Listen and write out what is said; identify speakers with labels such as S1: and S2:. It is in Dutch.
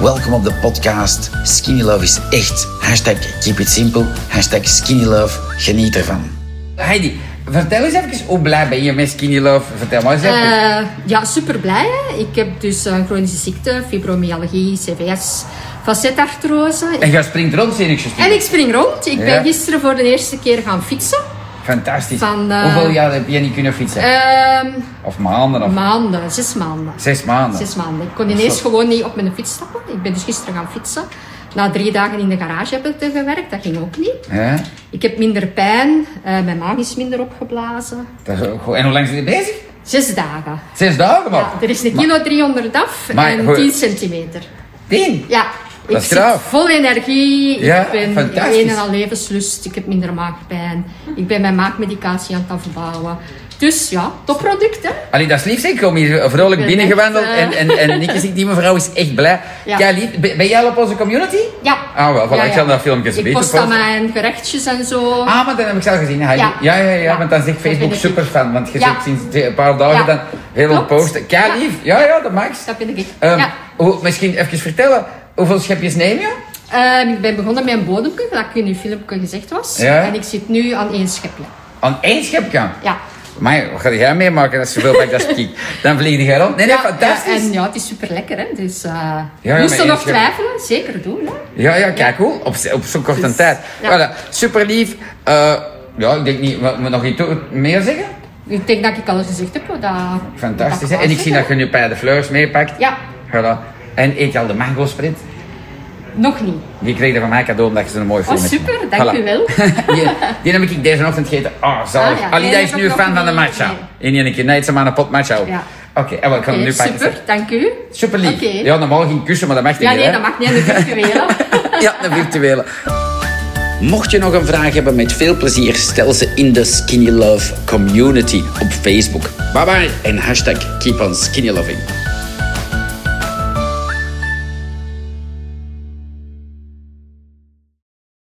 S1: Welkom op de podcast. Skinny Love is echt. Hashtag keep it simple. Hashtag skinny love. Geniet ervan.
S2: Heidi, vertel eens even hoe blij ben je met Skinny Love? Vertel maar eens even.
S3: Eh, ja, super blij. Ik heb dus een chronische ziekte, fibromyalgie, CVS, facetartrose.
S2: en jij springt rond, zinnetjes.
S3: En ik spring rond. Ik
S2: Ja.
S3: ben gisteren voor de eerste keer gaan fietsen.
S2: Fantastisch.
S3: Van, eh,
S2: Hoeveel jaar heb je niet kunnen fietsen?
S3: Ehm,
S2: of maanden? Of
S3: maanden, zes maanden.
S2: zes maanden?
S3: Zes maanden. Ik kon ineens
S2: Zo.
S3: gewoon niet op mijn fiets stappen. Ik ben dus gisteren gaan fietsen. Na drie dagen in de garage heb ik er gewerkt. Dat ging ook niet.
S2: Ja,
S3: Ik heb minder pijn. Eh, mijn maag is minder opgeblazen.
S2: dat is ook goed. En hoe lang zit je bezig?
S3: Zes dagen.
S2: Zes dagen nog?
S3: Ja, er is een kilo 300 af
S2: Maar
S3: en
S2: goed.
S3: 10 centimeter.
S2: Tien?
S3: Ja,
S2: Dat
S3: ik
S2: is
S3: zit
S2: graaf.
S3: vol energie. Ik
S2: Ja,
S3: ben
S2: fantastisch.
S3: een en al levenslust. Ik heb minder maagpijn. Ik ben mijn maagmedicatie aan het afbouwen. Dus ja, topproduct hè.
S2: Allee, dat is lief, zeg. Ik kom hier vrolijk
S3: Ik ben
S2: binnengewandeld.
S3: echt, eh,
S2: En, en, en Nikke ziet, die mevrouw is echt blij.
S3: Ja.
S2: Kei lief. Ben, ben jij al op onze community?
S3: Ja.
S2: Ah, wel. voilà.
S3: Ja,
S2: Ik
S3: ja.
S2: zal dat filmpje zo
S3: Ik post
S2: posten.
S3: aan mijn gerechtjes en zo.
S2: Ah, maar dat heb ik zelf gezien, Heidi. Ja,
S3: Ja.
S2: ja, ja,
S3: Ja,
S2: want dan zegt
S3: dat ben
S2: Facebook
S3: ik.
S2: superfan. Want je
S3: Ja.
S2: zit sinds twee- een paar dagen
S3: Ja.
S2: dan heel veel
S3: Klopt.
S2: posten. Kei lief. Ja, ja, dat max.
S3: Dat ben ik.
S2: Ehm,
S3: ja.
S2: hoe- misschien even vertellen, hoeveel schepjes neem je?
S3: Ehm, ik ben begonnen met een bodempje, dat ik in uw filmpje gezegd was.
S2: Ja.
S3: En ik zit nu aan één schepje.
S2: Aan één schepje?
S3: Ja.
S2: Maar wat ga jij meemaken als je veel pakt als kiek? Dan vlieg je rond. Nee, nee,
S3: Ja,
S2: fantastisch.
S3: Ja, en ja, het is super lekker hè. Dus eh
S2: ja,
S3: moest
S2: maar
S3: er nog
S2: eerst-
S3: twijfelen, zeker doen hè.
S2: Ja, ja, kijk hoe. Op, op zo'n korte
S3: Dus,
S2: tijd.
S3: ja.
S2: Voilà, super lief. ja, ik denk niet, wat- moet nog iets toe- meer zeggen?
S3: Ik denk dat ik alles gezegd heb. hoor, Dat,
S2: Fantastisch.
S3: dat
S2: hè? En ik
S3: was
S2: zie
S3: het,
S2: dat je nu bij de fleurs meepakt.
S3: Ja.
S2: Voilà. En eet je al de mango sprit?
S3: hè. Nog niet.
S2: Die kreeg je van mij cadeau omdat je zo'n mooi
S3: Oh,
S2: filmpje
S3: super, dank u wel.
S2: die, die heb ik deze ochtend gegeten. Oh, zalig.
S3: Ah, ja.
S2: Ali,
S3: Nee,
S2: dat
S3: dat
S2: is
S3: heb
S2: nu
S3: ik
S2: fan
S3: nog
S2: van de
S3: niet.
S2: matcha. In één keer, nee, het is maar een pot matcha. ook.
S3: Ja.
S2: Oké, en wel, ik kan hem
S3: Oké,
S2: nu pakken.
S3: super, dank u.
S2: Super lief.
S3: Oké.
S2: Ja, normaal ging kussen, maar dat mag niet
S3: Ja,
S2: meer,
S3: nee,
S2: hè?
S3: dat mag niet aan de virtuele.
S2: Ja, de virtuele.
S1: Mocht je nog een vraag hebben, met veel plezier stel ze in de Skinny Love Community op Facebook. Bye bye en hashtag keep on skinny loving.